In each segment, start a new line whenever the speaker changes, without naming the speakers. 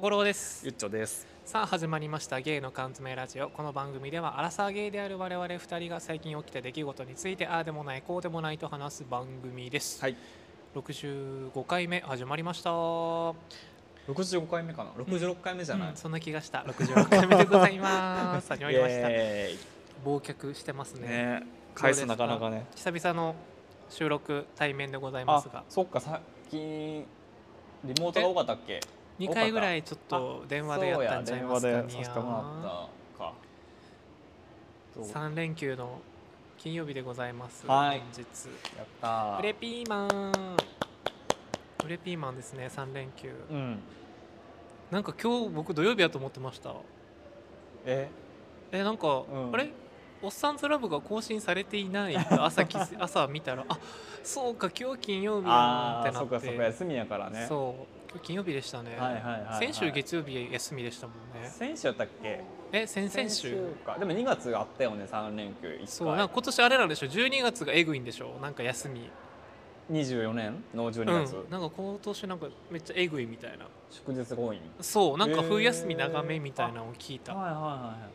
五郎です
ゆっちょです。
さあ始まりました「ゲイの缶詰ラジオ」この番組ではアラサーゲイである我々2人が最近起きた出来事についてああでもないこうでもないと話す番組です、
はい。
65回目始まりました、う
六十五回目かな。六十六回目じゃない。
ん、そんな気がした66回目でございます 始まりました
エ
忘却してます
ーイ
ね
ね。回数なかなかね。
久々の収録対面でございま
あ
すが、
そっか最近リモートが多かったっけ？
2回ぐらいちょっと電話でやったんじゃいますか
そうや電話でさせてもらったか。そう
3連休の金曜日でございます、
はい
本日
やった
フレピーマンフレピーマンですね3連休
うん。
なんか今日僕土曜日やと思ってました
え、
えなんか、
うん
あれおっさんずラブが更新されていないと朝 気づ朝見たらあそうか今日金曜日や
あ
な
あ
ってな
そっ
って
かそっか休みやからね。
そう今日金曜日でしたね、
はいはいはいはい
先週月曜日休みでしたもんね
先週やったっけ？
え先々週
か。でも二月あったよね三連休一回。
そうなんか今年あれなんでしょ12月がえぐいんでしょなんか休み
二十四年の十
う
二
ん
月、
なんか今年なんかめっちゃえぐいみたいな
祝日強引。
そうなんか
へー
冬休み長めみたいなのを聞いた、
はいはいはい。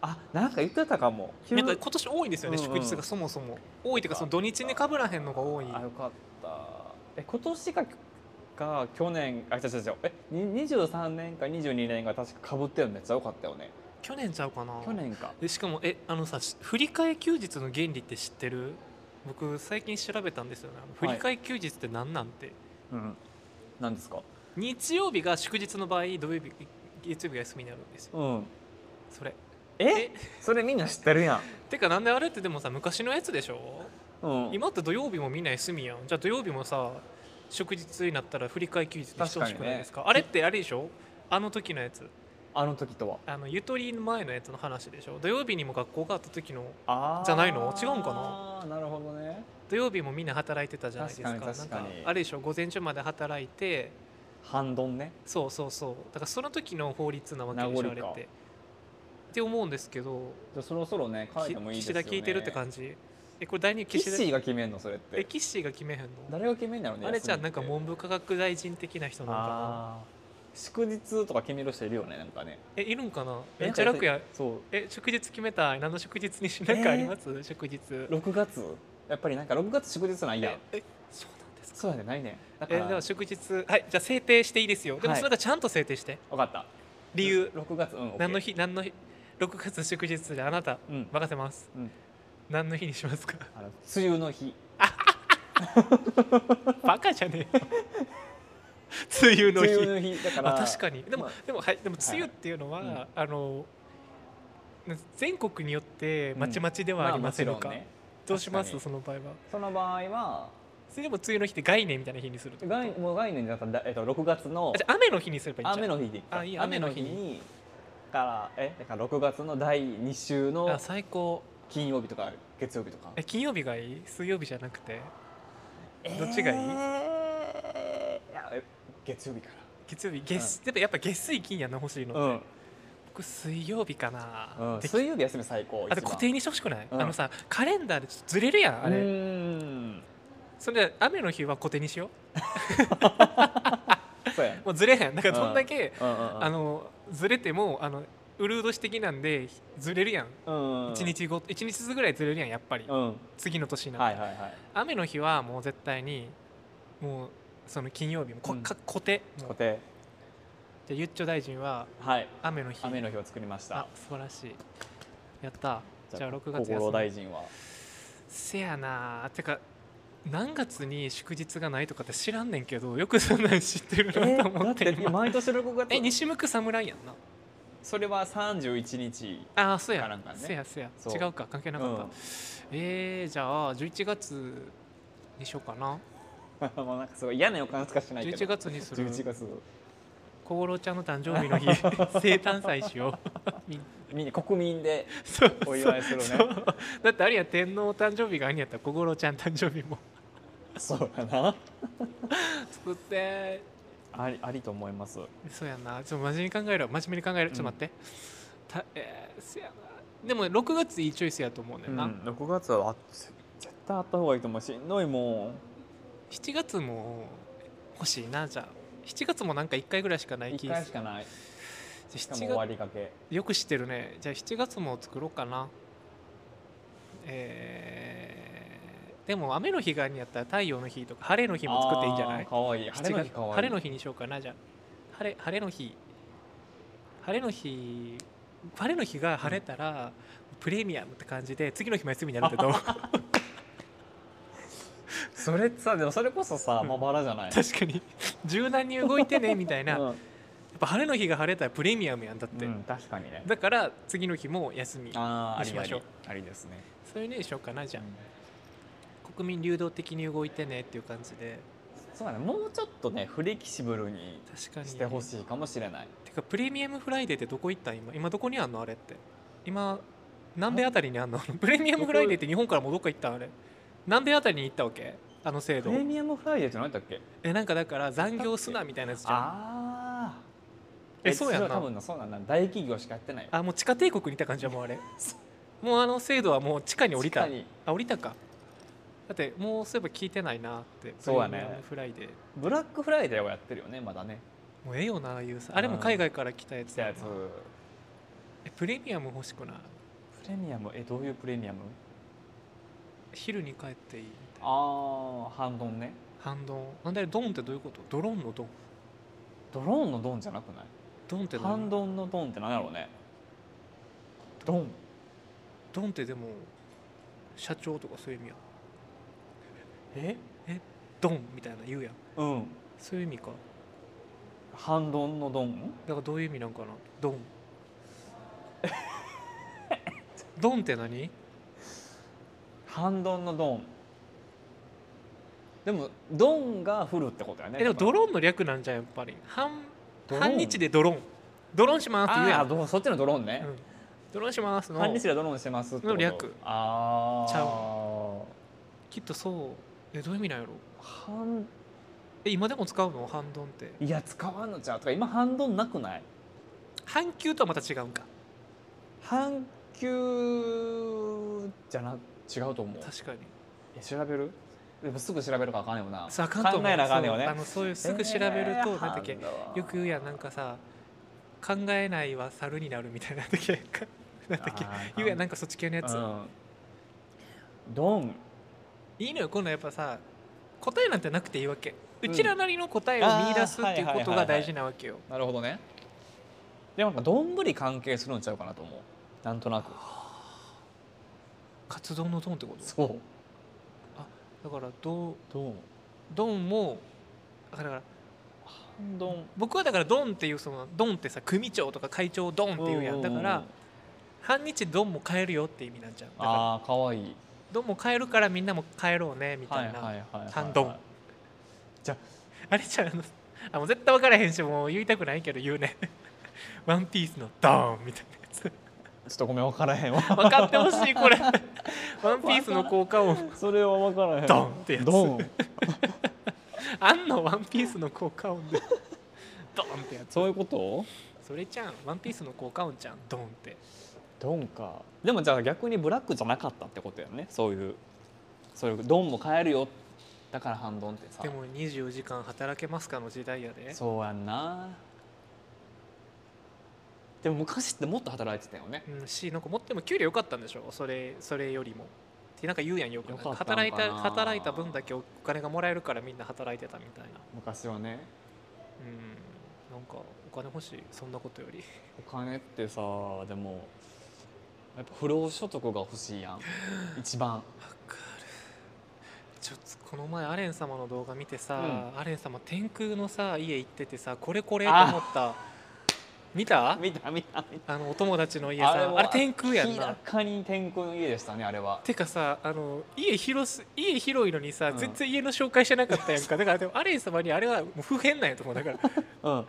あ、なんか言ってたかも。
なんか今年多いんですよね、
うんうん
祝日がそもそも多いっていうかその土日にかぶらへんのが多い
あよかったえ今年がが去年あ違う違う違うえに23年か22年が確かかぶってるのめっちゃ多かったよね
去年ちゃうかな
去年か
でしかもえあのさし振り替え休日の原理って知ってる僕最近調べたんですよね振り替え休日って何なんて、
うん何ですか
日曜日が祝日の場合土曜日月曜日が休みになるんですよ
うん
それ
えそれみんな知ってるやん
てかなんであれってでもさ昔のやつでしょ
うん
今って土曜日もみんな休みやんじゃあ土曜日もさ祝日になったら振り替え休日にしてほしくないですか
確かにね
あれってあれでしょあの時のやつ
あの時とは
あのゆとりの前のやつの話でしょ土曜日にも学校があった時の
あー
じゃないの違うんか
あーなるほどね
土曜日もみんな働いてたじゃないですか
確かに確かに
なんかあれでしょ午前中まで働いて
半ドンね
そうそうそうだからその時の法律なわけでしょ
名
あ
残
れ
か
ってって思うんですけど
じゃあそろそろね書いてもいいです
岸
よ
田
ね
聞いてるって感じえこれ第二
キッ
岸
シ
田
ーが決めんのそれっ
え
て
岸が決めへんの
誰が決めんだろうね
あれじゃあなんか
う
文部科学大臣的な人なのかな
あー祝日とか決める人いるよねなんかね
えいるんかなめっちゃ楽や
そう
え祝日決めたい何の祝日にしなんかあります、祝日
6月やっぱりなんか6月祝日ないやん
ええそうなんですか
そうやねないねだか
え
ら
ーでも祝日はいじゃあ制定していいですよでも
はい
それがちゃんと制定して、
分かった
理由
6月うん
何の
OK
日何の日6月祝日であなた
うん
任せます、
うん
何の日にします か
あの梅雨の日
バカじゃねえよ 梅雨の日
梅雨の日だから
あ確かにでも、
まあ
でもはいでも梅雨っていうのは、
はいはい
あのな全国によって
うん
まちまちではありませんのか、
あもちろんね
どうします
確
その場合は
その場合は
それでも梅雨の日って概念みたいな日にすると
概もう概念だったらだえっと6月の
あじゃあ雨の日にすればいいんじゃ
雨
ん
の日でいっか
あいい
雨
雨
の
の
日
日
にからえだから6月の第2週
あ
の
最高
金曜日とか月曜日とか
え金曜日がいい水曜日じゃなくてどっちがいい
えーいやえ月曜日か
月曜日月、でもやっぱ月水金やな欲しいの、
らうん
僕水曜日かな、
うん
でき
水曜日休み最高
あと
一番
固定にしてほしくない、
うん
あのさカレンダーでちょっとずれるやんあれ、
うーん
それで雨の日は固定にしよ
そうやね
うもうずれへんだからどんだけ、
うんうんうん
あのずれてもあのうるう年的なんでずれるやん、
うん
一日ご一日ずつぐらいずれるやんやっぱり、
うん
次の年になって、
はいはいはい
雨の日はもう絶対にもうその金曜日もこ、
うん
か固定もう
固定
じゃあゆっちょ大臣は
はい
雨の日
雨の日を作りまし
あ
た
素晴らしいやったじゃあ6月
厚
休
労
み
大 臣は
せやなてか何月に祝日がないとかって知らんねんけどよくそんなん知ってるなと思って,、え
毎年6月
え西向く侍やんな
それは31日
ああそう
か
や、
なんかね
せやせや
そう
違うか関係なかった、
うん
えー、じゃあ11月にしようかな
もうなんかすごい嫌な予感しかしないけど
11月にする
11月
小五郎ちゃんの誕生日の 日生誕祭しようみんな
みんな国民で
そう
お祝いする ね
そうだってあれや天皇誕生日があんやったら小五郎ちゃん誕生日も
そうやな
作って
ありありと思います
そうやんなちょっと真面目に考えろ真面目に考えろちょっと待って、たえーせやなでも6月いいチョイスやと思うね
うんん
な、
6月はあ絶対あった方がいいと思うしんどいもん
7月も欲しいなじゃあ7月もなんか1回ぐらいしかない
一
気
回しかない。しか
7
も終
月
わりかけ。
よく知ってるねじゃあ7月も作ろうかなえーでも雨の日があるんやったら太陽の日とか晴れの日も作っていいんじゃない
可愛いい。晴れの日
7
可愛いい。
晴れの日にしようかなじゃあ晴れ晴れの日晴れの日晴れの日が晴れたら、プレミアムって感じで次の日も休みになるけど 確
それってさでもそれこそさ
うん
まばらじゃない。
かに柔軟に動いてねみたいな、
う
やっ
ん
ぱ晴れの日が晴れたらプレミアムやんだって、
うん確かにね。
だから次の日も休み
ああありあ
にしましょ
り
う
ありですね。
そういうのにしようかなじゃあ、国民流動的に動いてねっていう感じで
そうだねもうちょっとねフレキシブルに
確かに
してほしいかもしれない。
てかプレミアムフライデーってどこ行ったん今今どこにあんのあれって今南米あたりにあんの プレミアムフライデーって日本からもどっか行ったんあれ南米あたりに行ったわけあの制
プ
度
レミアムフライデーって何だったっけ？
えなんかだから残業すなみたいなやつじゃん
ああ。
えそうやんな
れは多分なそうなんだ大企業しかやってないよ。
あもう地下帝国にいた感じやもうあ れもうあの制度はもう地下に降りた
確かに
あ降りたかだってもうそういえば聞いてないなって
そうや
プ
ね
レミアムフライデー
ブラックフライデーをやってるよねまだね。
もうええよなああいうさあれも海外から来たやつ
じゃ
や
あ
な
やつプ
えプレミアム欲しくない
レミアムえどういうプレミアム？
昼に帰っていいみたいな
ああ半ドンね。
反動なんだよドンってどういうことドローンのドン
ドローンのドンじゃなくない？
ドンって何
半ドンのドンって何だろうね。ドン。
ドンってでも社長とかそういう意味や
え？
ドンみたいな言うやん
うん。
そういう意味か
半ドンのドン？
だからどういう意味なんかなド ンドンって何
半ドンのドン。でもドンが降るってことやね。
えでもド
ロ
ローンの略なんじゃんやっぱり半
ドローン
半日でドローンドローンしますって言うや
あ
ん
あ、ドンそっちのドローンね。
うんドローンしますの
半日でドローンしてますってこと。
の略
ああ。
ちゃう
う。
きっとそうえどういう意味なんやろ
半
え今でも使うの半ドンって
いや使わんのちゃうとか今半ドンなくない？
半球とはまた違うんか
半球じゃな違うと思う。
確かに
え調べる？でもすぐ調べるかあかんよな。
そうあかんと思う
考えなあかんよ
そ
ね
うあ。のそういうすぐ調べると、
えー
なんだっけよく言うやんなんかさ考えないは猿になるみたいな時 なんだっけ
あー
言うやんなんかそっち系のやつ、
うんドン
いいのよ今度やっぱさ答えなんてなくていいわけうちらなりの答えを見出すっていうことが大事なわけよ、
なるほどねでもなんかどんぶり関係するんちゃうかなと思うなんとなく
カツ丼の丼ってこと
そう
だからど
ドン
丼もだから
半ドン
僕はだから丼っていうその丼ってさ組長とか会長丼っていうやんだから半日丼も買えるよって意味なんじゃんだから
ああかわいい
丼も買えるからみんなも買えろうねみたいな、
はい
半ドン
じゃ
あれじゃんあの あもう絶対分からへんしもう言いたくないけど言うね 「ワンピースのドーンみたいなやつ
ちょっとごめん分からへんわ
分かってほしいこれ「 ワンピースの効果音
それは分からへん
ドンってやつ
ド ン
あんの「ワンピースの効果音で ドーンってやつ
そういうこと
それじゃん「ワンピースの効果音じゃんドーンって
ドンかでもじゃあ逆にブラックじゃなかったってことやねそういうそういうドンも買えるよだから半ドンってさ
でも24時間働けますかの時代やで
そうやんなでも昔ってもっと働いてたよね
うんしなんか持っても給料良かったんでしょそれそれよりもってなんか言うやんよくなんか
良かったんかな
働いた働いた分だけお金がもらえるからみんな働いてたみたいな
昔はね
うんなんかお金欲しいそんなことより
お金ってさでもやっぱ不労所得が欲 しいやん一番
ちょっとこの前アレン様の動画見てさ、アレン様天空のさ家行っててさこれこれと思った見た
見た見た見
あのお友達の家
た
さあれ天空やん
明ら
な
かに天空の家でしたねあれは
てかさあの家広す家広いのにさ、
うん
全然家の紹介してなかったやんかだからでもアレン様にあれはもう不変なんやと思うだから
うん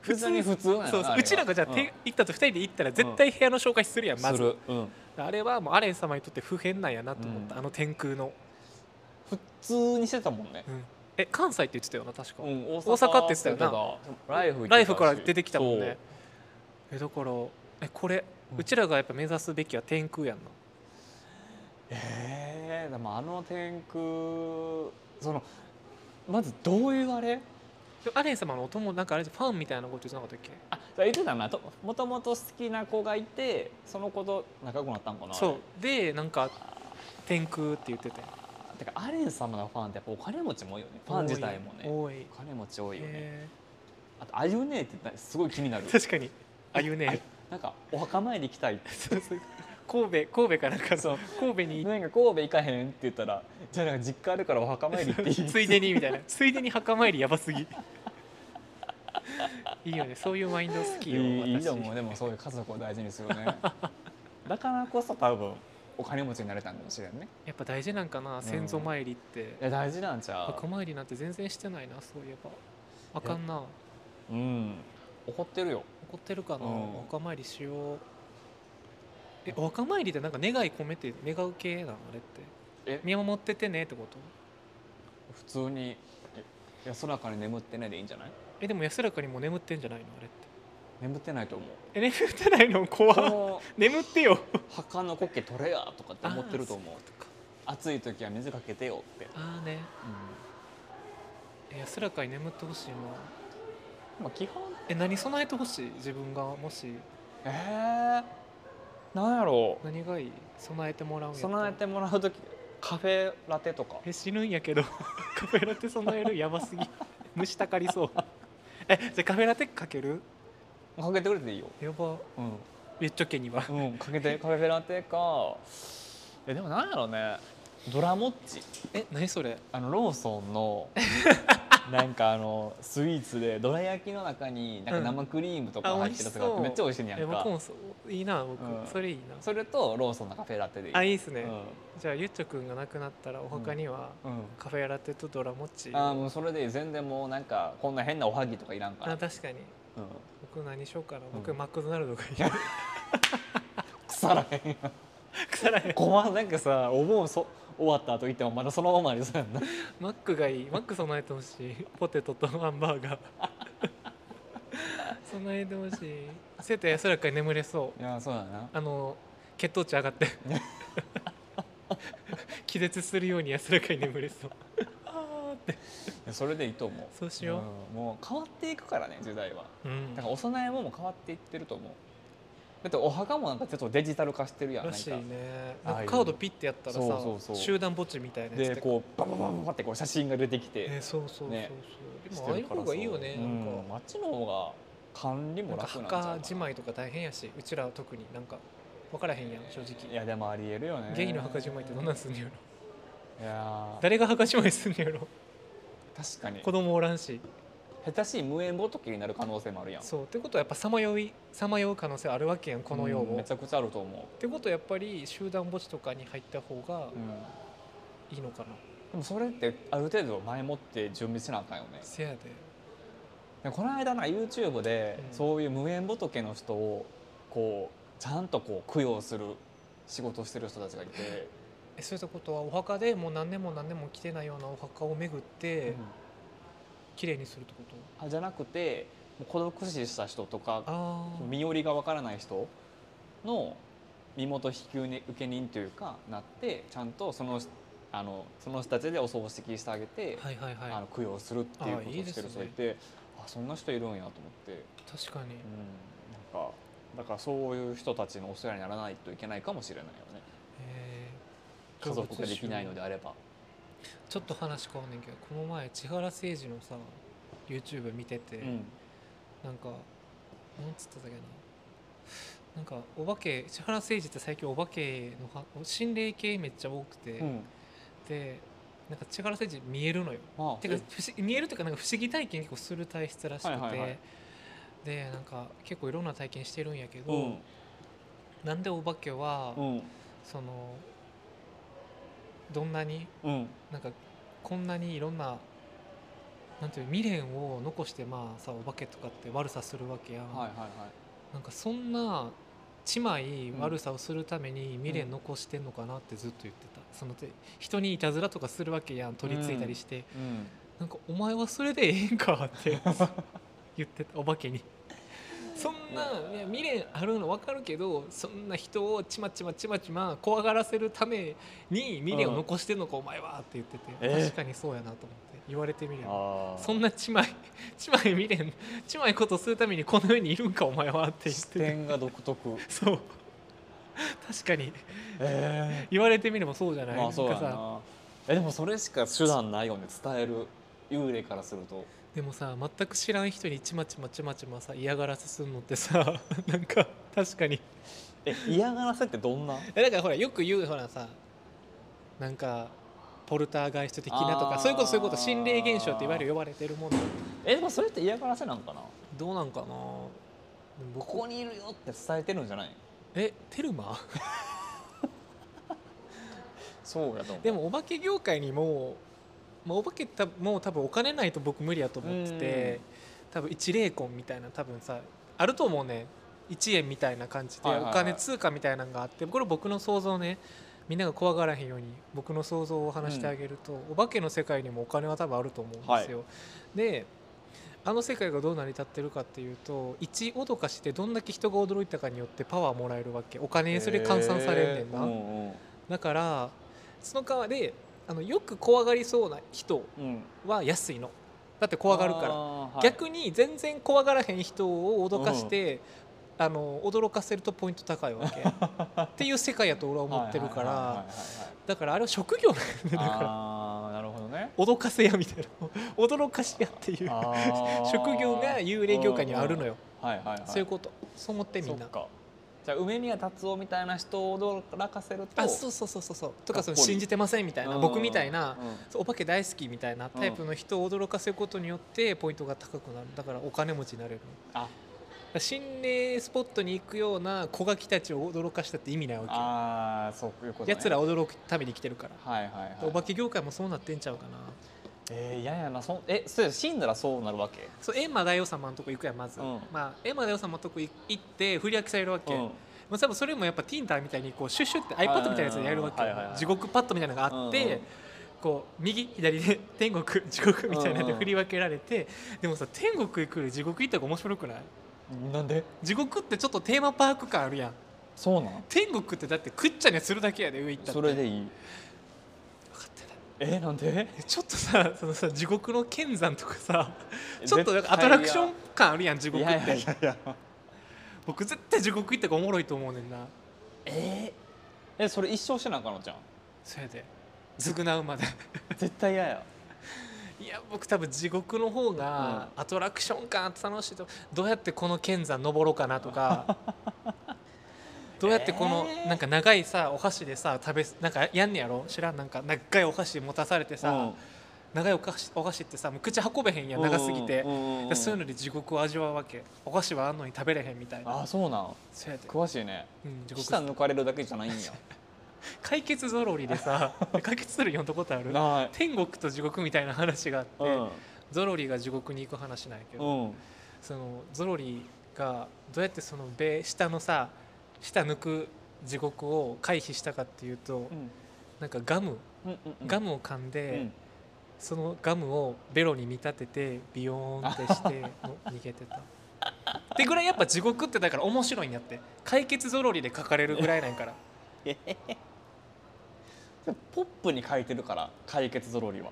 普通に普通なの
そうそううちらがじゃあ、て行ったと2人で行ったら絶対部屋の紹介するやんま
ま
ず
ずる、うん、
あれはもうアレン様にとって不変なんやなと思った、
うん
あの天空の、
普通にしてたもんね、
うんえ関西って言ってたよな確か、
うん、大
大阪って言ってたよ
なライフ行ってたし
ライフから出てきたもんねえだからえこれ、う
うん
ちらがやっぱ目指すべきは天空やんな
えー、でもあの天空そのまずどういうあれ
でもアレン様のお友なんかあれじゃファンみたいなこと言ってなかったっけ
あそれ言ってたなともともと好きな子がいてその子と仲良くなったんかな
そうでなんか天空って言ってて
うてかアレン様のファンってやっぱお金持ちも多いよねファン自体もね
多い多い
お金持ち多いよね
へ
あと「あゆねえ」って言ったらすごい気に なる
ー確かにあゆ
あ
ね
なんかお墓参り行きたいって
そうそう神戸神戸かなんか
そ
の
う
神戸に
なんか神戸行かへんって言ったらじゃあなんか実家あるからお墓参り行っていい
ついでにみたいなついでに墓参りやばすぎいいよねそういうマインド好きよ私
いいと思うでもそういう家族を大事にするね だからこそ多分お金持ちになれたんかもしれんね
やっぱ大事なんかな先祖参りって
いや大事なんちゃ
墓参りなんて全然してないなそういえばあかんな
ううん怒ってるよ
怒ってるかな、
うん
お墓参りしようえお墓参りってなんか願い込めて願う系なのあれって
え
見守っててねってこと
普通にえ安らかに眠ってないでいいんじゃない
えでも安らかにもう眠ってんじゃないのあれって
眠ってないと思う
え眠ってないの怖
こ
っ
の
眠ってよ
墓の苔取れやとかって思ってると思う
あーそういうことか
暑い時は水かけてよって、
あーね
う
え安らかに眠ってほしいなん
まあ、基本
え何備えてほしい自分がもし
えー、なんやろう
何がいい備えてもらうんやったら
備えてもらう時カフェラテとか
え死ぬんやけど カフェラテ備えるやばすぎ虫たかりそうえじゃあカフェラテかける
かけてくれていいよ
やば
うん
めっちゃけには
うん、かけてカフェラテかえでもなんやろうねドラモッチ
え何それ
あのローソン のなんかあのスイーツでどら焼きの中になんか生クリームとか
うんあ
入ってるとか
美味し
って
そう
めっちゃ美味しいんや
え
ん
僕
か
もそういいな僕、
うん
それいいな
それとローソンのカフェラテでいい
あいいですね、
う
じゃあゆっちょくんが亡くなったらお墓には、
ん、うん
カフェラテとドラモッチ
あーもうそれでいい全然もうなんかこんな変なおはぎとかいらんから、
あ
うん、
確かに僕何しようかな僕、
うん
マクドナルドがいい
腐らへん
腐らへん
困んなんかさお盆そ終わった後行ってもまだそのままありそうやんな
マックがいいマック備えてほしいポテトとハンバーガ ー 備えてほしい生徒安らかに眠れそう
いやそうだな
あの血糖値上がって 気絶するように安らかに眠れそうあーって
いやそれでいいと思う
そうしよ
うんもう変わっていくからね時代は
う、うん
だからお供え物も変わっていってると思うだってお墓もなんかちょっとデジタル化してるやん
ら
なん
しい
か
ね
ああいう
なんかカードピッてやったらさ
そうそうそう
集団墓地みたいなやつ
でこうバババババってこう写真が出てき
う、
て
ね、そうそうそうそう、
ね
で
し
も
て
ああい
る
う
から
方がいいよね
そ
な
う
んか、
うん、町の方が管理
な
も
んか
楽なんちゃうか
墓
な
じまいとか大変やしうちらは特になんか分からへんやん正直
いやでもありえるよね
ゲイの墓じまいってどんなんすんのやろ
いやー
誰が墓じまいすんのやろ
確かに
子供おらんし
下手しい無縁仏になる可能性もあるやん
そうってことはやっぱさまよいさまよう可能性あるわけやんこの世を、
うんめちゃくちゃあると思
ってことはやっぱり集団墓地とかに入った方が
う、うん、で
いいのかな、
もそれってある程度前もって準備しなあかんよね
せやで
でこの間な YouTube で
うん
そういう無縁仏の人をこうちゃんとこう供養する仕事をしてる人たちがいて、
えそういったことはお墓でもう何年も何年も来てないようなお墓を巡って綺麗にするってこと
あじゃなくてもう孤独死した人とか
ああ
身寄りがわからない人の身元引受人というかなってちゃんとそのあのその人たちでお葬式してあげて、
はいはいはい
あの供養するっていうことを
あいいです
して
ね
る人がいてあそんな人いるんやと思って、
確かに
うん、なんかだからそういう人たちのお世話にならないといけないかもしれないよね。
えー
家族ができないのであれば
ちょっと話変わんねんけどこの前千原誠二のさ YouTube 見てて、
うん
なんかなんつってたっけななんかお化け千原誠二って最近お化けのは心霊系めっちゃ多くて、
うん
でなんか千原誠二見えるのよ
まあ
てか不思見えるというかなんか不思議体験結構する体質らしくて、
はいはいはい
でなんか結構いろんな体験してるんやけど、
うん
なんでお化けは、
うん
そのどんなに
うん
なんかこんなにいろんななんていう未練を残してまあさお化けとかって悪さするわけやん、
はいはいはい
なんかそんなちまい悪さをするために未練残してんのかなってずっと言ってた、そのて人にいたずらとかするわけやん取り付いたりして、
うん
なんかお前はそれでええんかって言ってたお化けにそんないや未練あるの分かるけどそんな人をちまちまちまちま怖がらせるために未練を残してんのか、お前はって言ってて、
えー
確かにそうやなと思って言われてみれば
あー
そんなちまいちまい未練ちまいことするためにこの世にいるんかお前はって言っ
視
てて
点が独 特
そう確かに
え
言われてみればそうじゃ
え
ない、
まあそうや
なんかさ
なえでもそれしか手段ないよね伝える幽霊からすると
でもさ全く知らん人にちまちまちまちまさ嫌がらせするのってさ なんか確かに
え嫌がらせってどんな
えだからほらよく言うほらさなんかポルターガイスト的なと
あ
か
ー
そういうことそういうこと心霊現象っていわゆる呼ばれてるもの
えでもそれって嫌がらせなんかな
どうなんかな
ここにいるよって伝えてるんじゃない
えテルマ
そうやと思う
でもお化け業界にもう、まあ、お化けたもう多分お金ないと僕無理やと思ってて多分一霊魂みたいな多分さあると思うね1円みたいな感じで
はいはい
お
はい
金通貨みたいなのがあってこれ僕の想像ねみんなが怖がらへんように僕の想像を話してあげると、お化けの世界にもお金は多分あると思うんですよ。であの世界がどう成り立ってるかっていうと一脅かしてどんだけ人が驚いたかによってパワーもらえるわけお金それ換算されんねんな。
えーうんうん
だからその代わりあのよく怖がりそうな人
うん
は安いのだって怖がるから、
ら
逆に全然怖がらへん人を脅かして、あの驚かせるとポイント高いわ けっていう世界やと俺は思ってるから、だからあれは職業なんだよ ねだから
ああなるほ どね
脅かせやみたいな 驚かしやっていう
あー
職業が幽霊業界にはあるのよ、
うんうんはいはいはい
そういうことそう思ってみん
そ
な
っかじゃあ梅宮達夫みたいな人を驚かせると
あそうそうそうそうそうとかその
かっこいい
信じてませんみたいな僕みたいな、
うんうん
そうお化け大好きみたいなタイプの人を驚かせることによってポイントが高くなるだからお金持ちになれる
あ
だから心霊スポットに行くような子ガキたちを驚かしたって意味ないわ
あーそういうこと
け
ね
やつら驚くために生きてるから、
はいはいはい
お化け業界もそうなってんちゃうかな
えー嫌やなそんえそうや死んだらそうなるわけ
そう閻魔大王様のとこ行くやんまず、
うん
まあ、閻魔大王様のとこ行って振り分けされるわけ、
うん
まあ、多分それもやっぱティンターみたいにこうシュッシュって iPad みたいなやつでやるわけよ、
はいはいはい
地獄パッドみたいなのがあって、
うんうん
こう右左で天国地獄みたいなの
うん
で
うん
振り分けられて、でもさ天国行くより地獄行った方が面白くない
なんで
地獄ってちょっとテーマパーク感あるやん
そうなん
天国ってだってくっちゃねするだけやで上行ったって
それで
分
いい
かってない
えな んで
えちょっとさそのさ地獄の剣山とかさちょっとなんかアトラクション感あるやん地
い
獄って
やいやいやいや
僕絶対地獄行った方がおもろいと思うねんな
えーえそれ一生してなあかんのじゃん
そやで償うまで
絶対嫌や
いや僕多分地獄の方がアトラクション感あって楽しいとどうやってこの剣山登ろうかなと かどうやってこの
えー
なんか長いさお箸でさ食べなんかやんねやろ知らんなんか長いお箸持たされてさ、
うん
長いお菓子お箸ってさもう口運べへんやん長すぎて、
うんうんうんうん
でそういうので地獄を味わうわけお菓子はあんのに食べれへんみたいな
あそうなん
そうやで、
詳しいね
うん、地
舌
獄
抜かれるだけじゃないん や
解決ぞろりで さ解決する読んだことある
ない
天国と地獄みたいな話があって、
うん
ゾロリが地獄に行く話なんやけど、
うん
そのゾロリがどうやってその米下のさ下抜く地獄を回避したかっていうと、なんかガム
うんうん
ガムを噛ん
う
で、
ん
そのガムをベロに見立ててビヨーンってして もう逃げてた。ってぐらいやっぱ地獄ってだから面白いんやって解決ゾロリで書かれるぐらいなんやから
ポップに書いてるから解決ぞろりは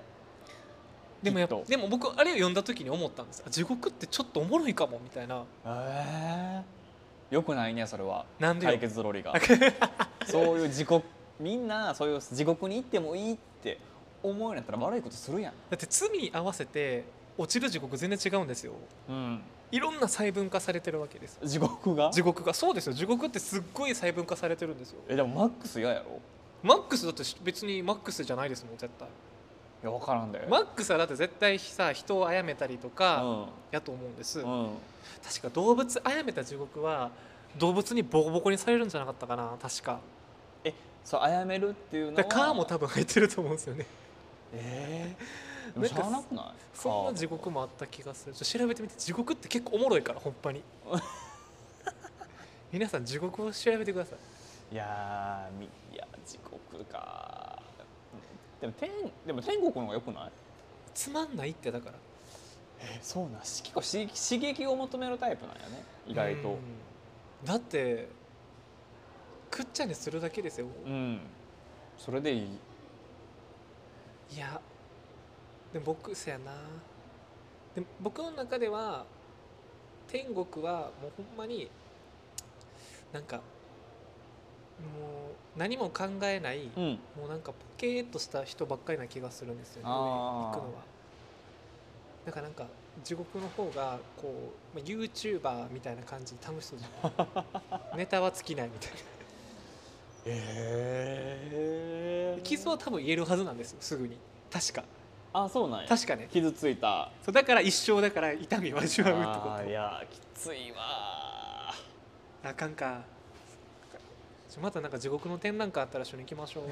でもやっ
きっと
でも僕あれを読んだ時に思ったんですあ地獄ってちょっとおもろいかもみたい な
ええよくないねそれは
なんでよ
解決ぞろりがそういう地獄みんなそういう地獄に行ってもいいって思うようになったら悪いことするやん
だって罪に合わせて落ちる地獄全然違うんですよ
うん
いろんな細分化されてるわけです
地獄が
地獄がそうですよ地獄ってすっごい細分化されてるんですよ
えでもマックス嫌やろ
マックスだって別にマックスじゃないですもん絶対
いや分からんで
マックスはだって絶対さ人を殺めたりとかやと思うんです、
うんうん
確か動物殺めた地獄は動物にボコボコにされるんじゃなかったかな確か
そうあやめるっていうの
だ
は
からカーも多分入ってると思うんですよね
ええ
なん
でもし
か
ゃあなくない
そんな地獄もあった気がするちょっと調べてみて地獄って結構おもろいからほんまに 皆さん地獄を調べてください
いやーみいや地獄かでも天でも天国の方が良くない
つまんないってだから
えそうなんし結構刺激刺激を求めるタイプなんやね意外
う
と
んだってくっちゃにするだけですよ
うん、それでいい
いやでも僕そやなでも僕の中では天国はもうほんまになんかもう何も考えない、
うん
もうなんかポケーっとした人ばっかりな気がするんですよね
あー
行くのはだからなんか地獄の方がこう、まあ、YouTuber みたいな感じで楽しそうじゃ ないネタは尽きないみたい
え
な傷は多分言えるはずなんですよすぐに確か
あそうなんや
確かね
傷ついた
そうだから一生だから痛みを味わうってこ
あーい
と
やきついわ
あかんかちょまたなんか地獄の展覧会あったら一緒に行きましょう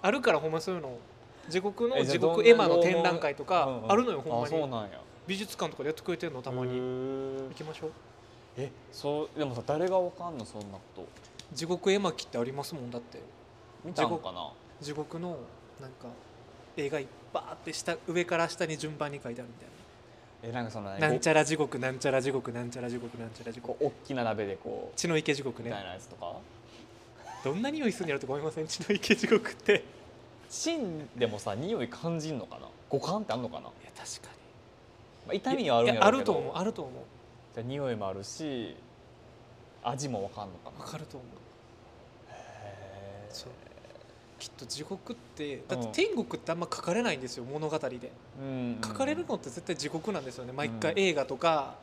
あるからほんまそういうの地獄の
えじゃあ
地
どん
獄
な
絵馬の展覧会と
う
か
んうん
あるのよほんま
あそう
に
なんや
美術館とかでやってくれてるのたま
へ
に
ー
行きましょう
えそうでもさ誰がわかんのそんなこと
地獄絵巻ってありますもんだって
見たんかな
地獄のなんか絵がいっぱーって下上から下に順番に書いてあるみたい
えなんかそのね
ななん
ご
ちゃら地獄なんちゃら地獄なんちゃら地獄なんちゃら地
こ
獄
う大きな鍋でこう
血の池地獄
みたい
ね
なやつとか
どんな匂いするんやろってごめんなさい血の池地獄って
芯でもさ匂い感じんのかな五感ってあんのかな、ま
いや確かに
あ、痛みはあるん
い
や
や
ろ
あ
うけど
ると思うあると思う
じゃあ匂いもあるし味もわかんのかな
わかると思う
へー
そうきっと地獄ってだって
うん
天国ってあんま書かれないんですよ物語で
うん
書かれるのって絶対地獄なんですよね毎回
うん
映画とか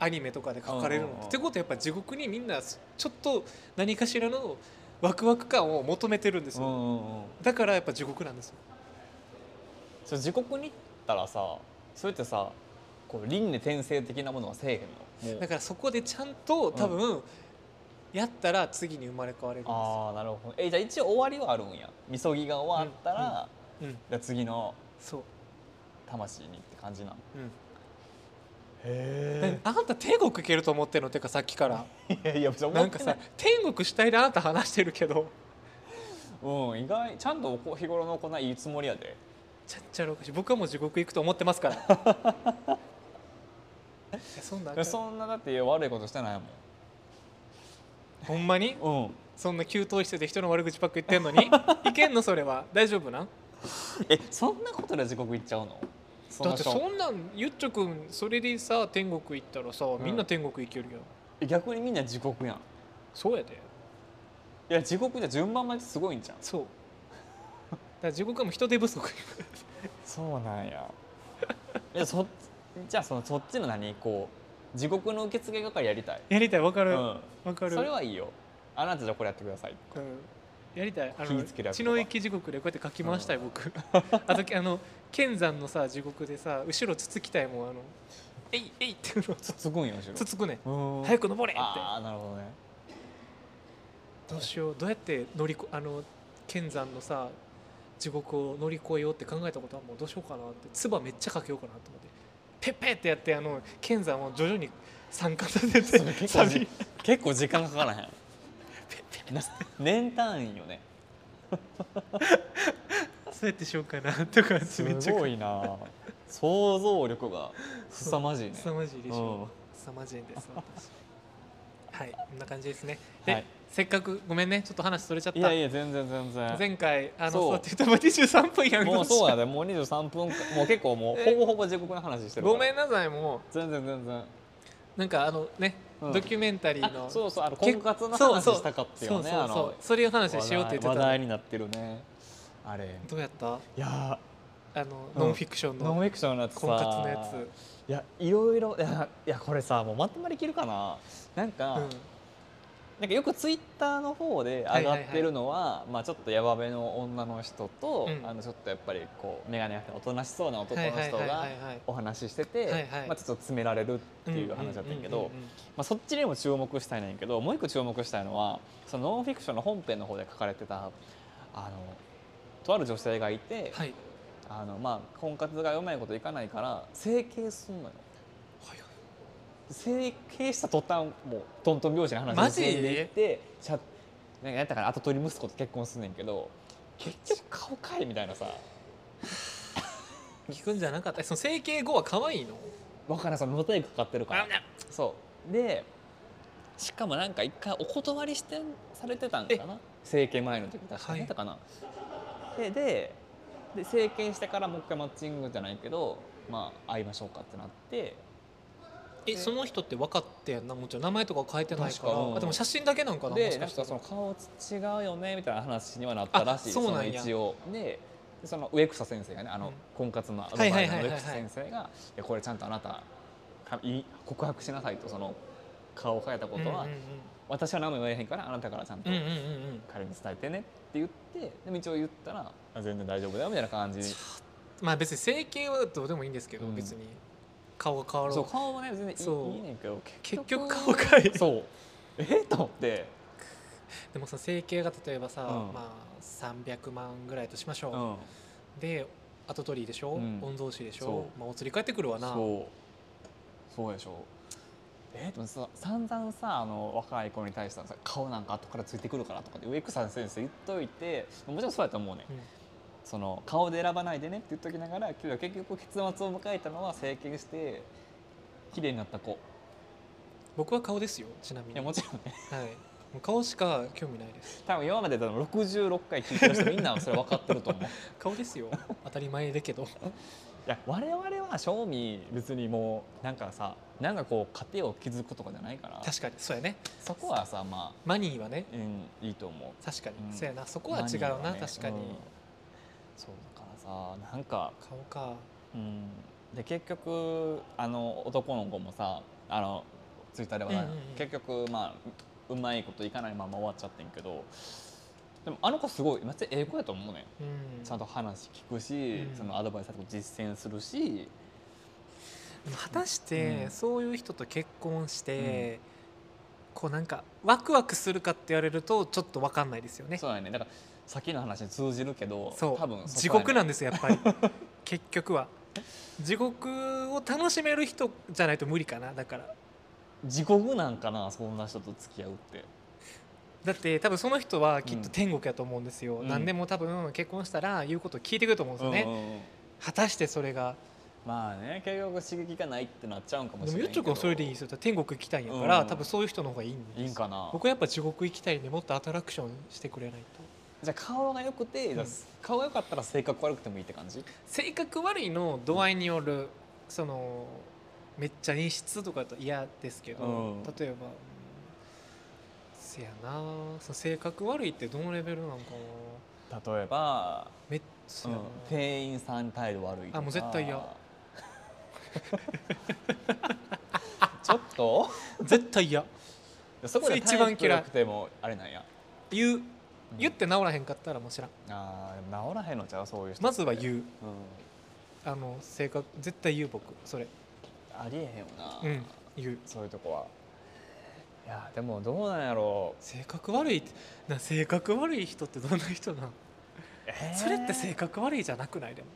アニメとかで書かれるのっ
うんうんう
て。って
ん
ことはやっぱ地獄にみんなちょっと何かしらのワクワク感を求めてるんです
うんう
よ
んうん
だからやっぱ地獄なんですよ
そう時刻に行ったらさそれってさこう輪廻転生的なものはせえへんのもう
だからそこでちゃんと多分やったら次に生まれ変われるんで
ああなるほどえじゃあ一応終わりはあるんやみそぎが終わったら、
すようん
じゃあ次の
そう
魂にって感じなの
うん
へ
あんた天国行けると思ってんのてかさっきから
え いや別に思
な
っ
んか
てな
さ
い
天国したいであなた話してるけど
うん意外ちゃんとこう日頃の行いいつもりやで
ちゃっちゃらおかしい僕はもう地獄行くと思ってますから いやそんなあかん
そんなだって悪いことしてない
ほんまに
もんうん
そんな給湯室で人の悪口ばっか言ってんの にいけんのそれは大丈夫なん
えそんなことで時刻行っちゃうの
だって
んな
そんなんゆっちょくんそれでさ天国行ったらさ
ん
みんな天国行けるよ、
人逆にみんな時刻やんい
そうやで
や時刻じゃ順番待ちすごいんじゃん
そうだから地獄はもう人手不足
そうなん やいやそじゃあそのそっちの何こう地獄の受付係やりたい、
やりたいわか
う
るわ
ん、、
かる
それはいいよあなたじゃあこれやってください
うんやりたいあ
火
の
つけるやつ
血
とか
の池地獄でこうやって書き回したい、
うん
僕 あとあの剣山のさ地獄でさ後ろつつきたいもんあの「えいえい」っていうの
つつくんよ後ろ
つつくねん
うん
早く登れって
ああなるほどね
どうしようどうやって乗りこあの剣山のさ地獄を乗り越えようって考えたことはもうどうしようかなって唾めっちゃかけようかなと思ってペッペッってやってあの剣山を徐々に参加させ
それ
て
結構
サビ
じ
ペ
結構時間かからへん
ッペ
な年単位よね
ッ そうやってしようかなとか
す
めっちゃ
ごいな想像力が凄まじいね
凄まじいでしょ、
うん
凄まじい です私はいこんな感じですねで、
はい
せっかくごめんねちょっと話それちゃった
いやいや全然全然
前回あの
そう
そうって言ったら23分やん
もうそうや
ね
でもう23分かもう結構もう
え
ほぼほぼ時刻の話してるか
ご
ら
めんなさいも
全然全然
うなんかあのね、
うん
ドキュメンタリーの
あそうそうあの
け
婚活の
そう
話
そう
したかった
そ
よ
う
ね
そう
あ
そう
の
それを話
話
しようって言っ
話
てた
題になってるねあれ
どうやった
いや
あの、
うん
ノンフィクション
ーノンフ
の
ィクションのやつさ
婚活のやつ、
いやいろいろいやいやこれさもうまとまりきるかななんか、
うん
なんかよくツイッターの方で上がってるのは,、まあ、ちょっとヤバめの女の人と、
うん
あのちょっとやっぱりこう眼鏡がおとなしそうな男
は
の
いはい
人
はいは
が
いはい
お話ししてて、
はいはい
まあ、ちょっと詰められるっていう話だったんやけど、
うんうんうんうん
まあ、そっちにも注目したいねんけどもう一個注目したいのはそのノンフィクションの本編の方で書かれてたあのとある女性がいて、
はい
あのまあ、婚活がうまいこといかないから整形すんのよ。
はいはい
整形した途端もうトントン拍子に話進んでいってしゃなんかやったから跡取り息子と結婚すんねんけど結局顔かいみたいなさ
聞くんじゃなかったえその整形後は可愛いの
わからんその無体かかってるから
危ない
そうでしかもなんか一回お断りしてんされてたんかな整形前の時確
は
か
い
にやったかな、ででで整形してからもう一回マッチングじゃないけどまあ会いましょうかってなって
えその人って分かってやんなもちろん名前とかは変えてないから
確かうん
あでも写真だけなんかなも
で
し
な
か
ん
した
からその顔違うよねみたいな話にはなったらしい
あそうなんや
の一応ででその上草先生がねあの、
うん
婚活のアドバ
は
イ
い
ザ
はい
ー
はいはい
の
はい
上草先生が「いやこれちゃんとあなたかい告白しなさい」とその顔を変えたことは、
うん
私は何も言えへんからあなたからちゃんと
うんうんうんうんうんうん
彼に伝えてねって言ってでも一応言ったらあ全然大丈夫だよみたいな感じ
まあ別に整形はどうでもいいんですけど、
うん
別に顔が変わろ
そうう顔もね全然
そう
いいいいねんけど
結局顔変え
そうえっと思って
でもその整形が例えばさ、
うん
まあ、300万ぐらいとしまし
う
ょ
ん
う、で後取りでしょ、
うん
御曹司でし
そ
ょまあ、お釣り返ってくるわな
そうそうでしょえでもさ散々さあの若い子に対してはさ顔なんか後からついてくるからとかで植草先生言っといてもちろんそうやと思うね、
うん
その顔で選ばないでねって言っときながら今日は結局結末を迎えたのは整形して綺麗になった子
僕は顔ですよちなみ
い
に
やもちろんね
はい、もう顔しか興味ないです
多分今まで多分66回聞いてる人みんなそれ分かってると思う い
顔ですよ当たり前だけど
や我々は正味別にもうなんかさなんかこう家庭を築くとかじゃないから
確かにそうやね
そこはさまあ、
マニーはね
うん、いいと思う
確かに、
うん
そうやなそこは違う
マニア
な、
はね
確かに、
うんそうだからさなんか、
顔か
うん、で結局あの男の子もさあのツイッターでは、
うんうんうん
結局まあうまいこといかないまま終わっちゃってんけどでもあの子すごいめっちゃ英語やと思うねん
うん
ちゃんと話聞くし、
うん
そのアドバイスとか実践するし、
でも果たして、
うん
そういう人と結婚して、こうなんかワクワクするかって言われるとちょっと分かんないですよね
そうやねだからさっきの話に通じるけど
そう
多分そ
地
こやね
獄なんですよやっ ぱり結局は地獄を楽しめる人じゃないと無理かなだから
地獄なんかなそんな人と付き合うって
だって多分その人はきっと天国やと思うんですよ、
うん
何でも多分結婚したら言うことを聞いてくると思うんですよね、
うんうんうん
果たしてそれが
まあね結局刺激がないってなっちゃうんかも
で
し
も
れ
ゆ
な
っ
い
ちょくんはそれでいいですよ天国行きたいんやから、
うん
多分そういう人の方がいいんです
いいんかな
僕はやっぱ地獄行きたいんでもっとアトラクションしてくれないと
じゃあ顔が良くて、
うん
顔が良かったら性格悪くてもいいって感じ
性格悪いの度合いによる、そのめっちゃ演出とかだと嫌ですけど、
うん
例えば、うんせやなその性格悪いってどのレベルなんかな
例えば、
めっちゃ、
うん店員さんに態度悪いとか
あもう絶対嫌
ちょっと
絶対嫌
そこで
それ一番嫌い
態度良くてもあれなんや
言う
うん
言って治らへんかったらもう知らん
あーでも治らへんのちゃうそういう人
まずは
う、、
言うんあの性格絶対言う僕それ
ありえへんよな、
うん言う
そういうとこはいやでもどうなんやろう、
性格悪いってな性格悪い人ってどんな人なん
えー
それって性格悪いじゃなくないでも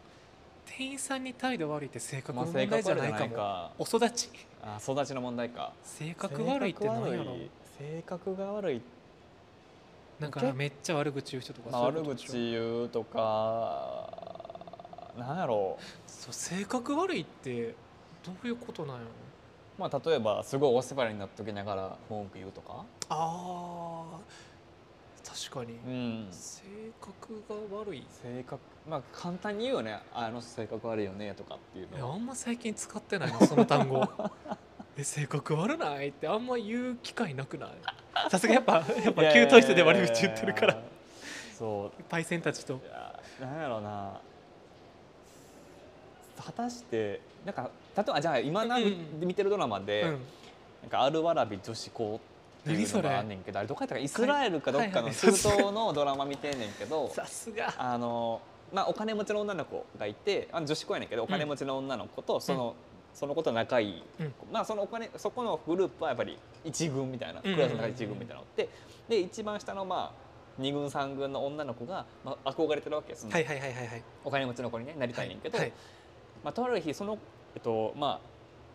店員さんに態度悪いって性格
まあ
の
性
問題
格
じゃ
悪く
な
な
か
いい
も、
か
お育ち
あ育ちの問題か
性格悪いってなんやろ
性格が悪い
だからめっちゃ悪口言う人とか
まあ、
そういう
悪
ことでしょ
口言うとかなんやろ
そう性格悪いってどういうことなんやろ
う、まあ、例えばすごいお世話になっときながら文句言うとか、
あー確かに、
うん、
性格が悪いい
性格まあ簡単に言うよねあの人性格悪いよねとかっていう
や
の
あ
は
んま最近使ってないのその単 語え性格悪ないってあんま言う機会なく ないさすがやっぱやっぱ給湯室で悪口言ってるから
いやそ
パイセンたちと
ういやなんやろうな果たしてなんか例えばじゃあ今な、
うんうん
見てるドラマで、
うん
なんかアルワラビ女子校っていうの
何それ
があんねんけどあれどこやったかイスラエルかどっか
はいは
の
い
中東のドラマ見てんねんけど
さすが
あの、まあ、お金持ちの女の子がいてあの女子校やねんけどお金持ちの女の子とその,、その子と仲いい、
うん
まあ、そのお金そこのグループはやっぱり一軍みたいな
うんうん
クラスの中で一軍みたいなのってで一番下のまあ二軍三軍の女の子が、まあ、憧れてるわけです、
はいはいはいはいはい
お金持ちの子に、ね、なりたいねんけど、
はい
まあ、とある日そのえっとまあ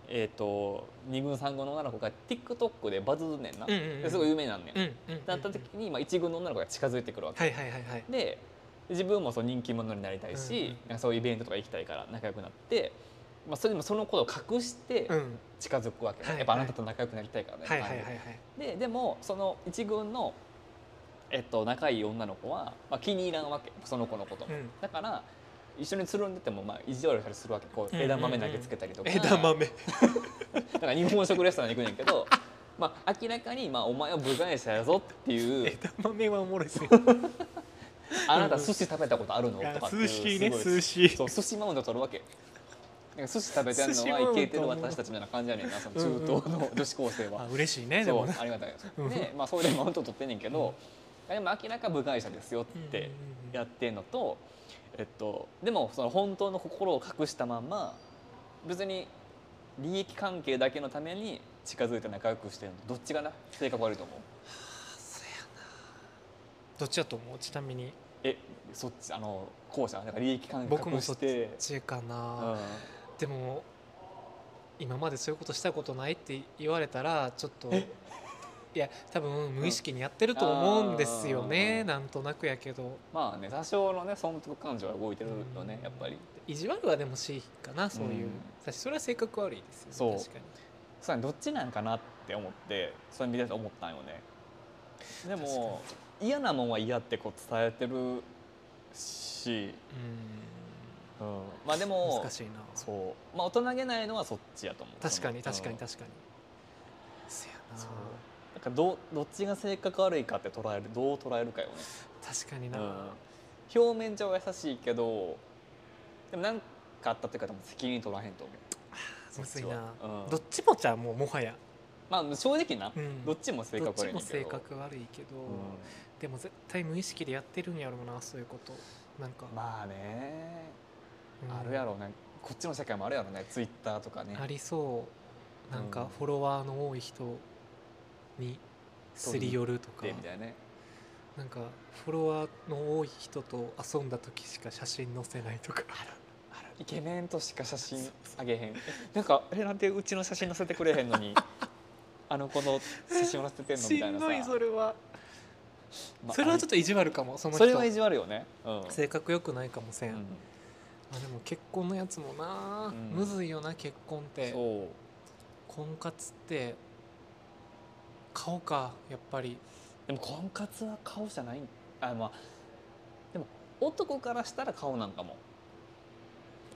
えっと二軍三軍の女の子が TikTok でバズるねんな、
うんうんうん
ですごい有名なんねん、
うん
だ
うんうん
った時に、まあ、一軍の女の子が近づいてくるわけ、
はいはいはいはい
で自分もそう人気者になりたいし、
うんうん
なんかそういうイベントとか行きたいから仲良くなってまあ、それでもそのことを隠して
うん
近づくわけ、ね
はい
やっぱあなたと仲良くなりたいからね、
はいはいはいは
感
い
じでででもその一軍の、えっと、仲いい女の子は、まあ、気に入らんわけその子のこと、
うん
だから一緒につるんでてもまあ意地悪したりするわけこう
うんうんうん
枝豆投げつけたりとか、
枝豆
だから日本食レストランに行くねんけどまあ明らかに、まあ、お前は部外者やぞっ ていう
枝豆はおもろいですね
あなた寿司食べたことあるの
あ
とかっていう
寿司ね
すごい
寿司
そう寿司マウント取るわけなんか寿司食べてる
寿司
の
マ
は
ウント
イケてる私たちみたいな感じやねんなその中東の女子高生は
あ。嬉しいねで
そ
も
う
な
ありがたいです
うん
で、まあ、それでマウント取ってんねんけど、でも明らか部外者ですよってやってんのと、えっと、でもその本当の心を隠したまんま別に利益関係だけのために近づいて仲良くしてるのどっちがな性格悪いと思う
どっちだと思うちなみに
えそっちあの後者なんか利益関係
僕も
隠
そ
し
っち
て
か
う
な、
ん
でも今までそういうことしたことないって言われたらちょっと
え
いや多分無意識にやってると思うんですよね、
うん
なんとなくやけど
まあね多少のね損得感情は動いてるよね
うん
やっぱり
意地悪はでもしいかなそういう、
うん
私それは性格悪いですよね
そう
確か
そうねどっちなんかなって思ってそれ見てて思ったんよねでも嫌なもんは嫌ってこう伝えてるし、
に
うんまあで
うん
も
難しいな
そう、まあ、大人げないのはそっちやと思う
確かに
その
確かに
うん
確かにせやな
そうなんかどどっちが性格悪いかって捉えるどう捉えるかよね、
確かに
う
な、
ん、表面上は優しいけどでも何かあったっていうかでも責任取らへんと思う
むずいな、
そっちはうん
どっちもじゃあもうもはや、
まあ正直な、
うん
どっちも性
どっ
格
ち
悪いねん
も
だけ
性
ど
格悪いけど、
うん
でも絶対無意識でやってるんやろうなそういうことなんか、
まあね、
うん
あるやろうねこっちの世界もあるやろうねツイッターとかね
ありそうなん
う
か
ん
フォロワーの多い人にすり寄るとか
でみたいなね
なんかフォロワーの多い人と遊んだ時しか写真載せないとか
イケメンとしか写真あげへんえなんかえなんでうちの写真載せてくれへんの にあの子の写真を載せてんのみ
した
い
ん
な
どい
さ
それは、
まあ
それはちょっと意地悪かもそ
あり
の
そ
人
れは意地悪よねうん
性格良くないかもせん、
うん
まあ、でも結婚のやつもな、
うん
むずいよな結婚って
そう
婚活って顔かやっぱり
でも婚活は顔じゃないあまあでも男からしたら顔なんかも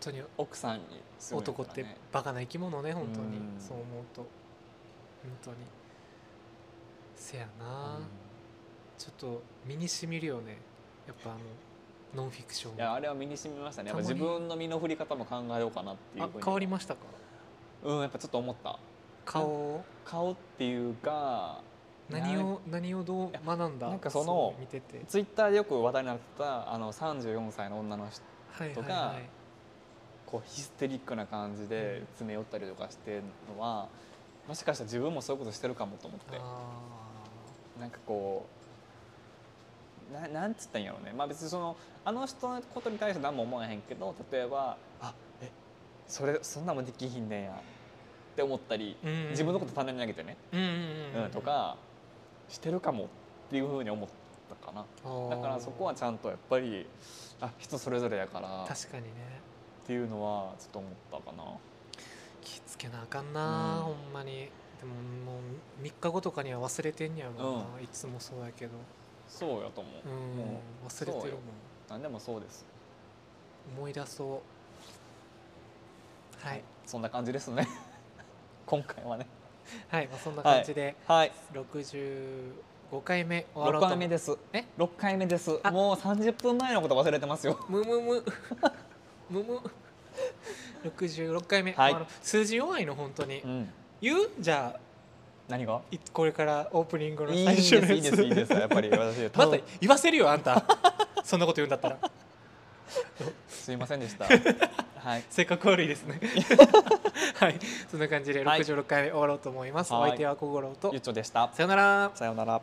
本当に
奥さんにするんや
男
か
っ
ら
て
ね
バカな生き物ね本当に
うん
そう思うと本当にせやな、ちょっと身にしみるよねやっぱあのノンフィクショ
うんい
ン
や
あ
あれは身に染みましたねやっぱ
たま
自
に
分の身の振り方も考えようかなっていうふうに
変わりましたか
うんやっぱちょっと思った
顔を
顔っていうか
何を何をどう学んだ
なんかその
う見てて
ツイッターでよく話題になってたあの34歳の女の人
はいはい
と
は
か
い
こうヒステリックな感じで詰め寄ったりとかしてるのはもしかしたら自分もそういうことしてるかもと思って
あ
なんかこうななんつったんやろうねまあ別にそのあの人のことに対して何も思わへんけど例えばあえそれそんなんもできひんねんやって思ったり
ーうん
自分のこと棚に投げてね、
うんうんうん
うん、とかしてるかもっていうふうに思ったかな。だからそこはちゃんとやっぱりあ人それぞれやから
あー
っ
確かにね
ていうのはちょっと思ったかな
気ぃつけなあかんな、
うん
ほんまにでももう3日後とかには忘れてんやろな、いつもそうやけど
そうやと思
う
う、
ん
も
忘れてるも
そうんよ何でもそうです
思い出そうはい
そんな感じですね 今回はね
はい、まあ、そんな感じで
はい
65回目終わろう
6
と
回目です
え
六回目です
あ
もう30分前のこと忘れてますよ
むむむ むむ66回目、
はい
あの数字弱いの本当に、
うん
言うじゃあ
何が
いこれからオープニングの
いい
最初
です
のやつ
いいですいいですやっぱ り私
ま
た
た言わせるよあんた そんなこと言うんだったら
すいませんでし たはい
性格悪いです ねはいそんな感じで
はい
66回目終わろうと思います、
はい
お相手は小五郎と
ゆっちょでした
さよなら
さようなら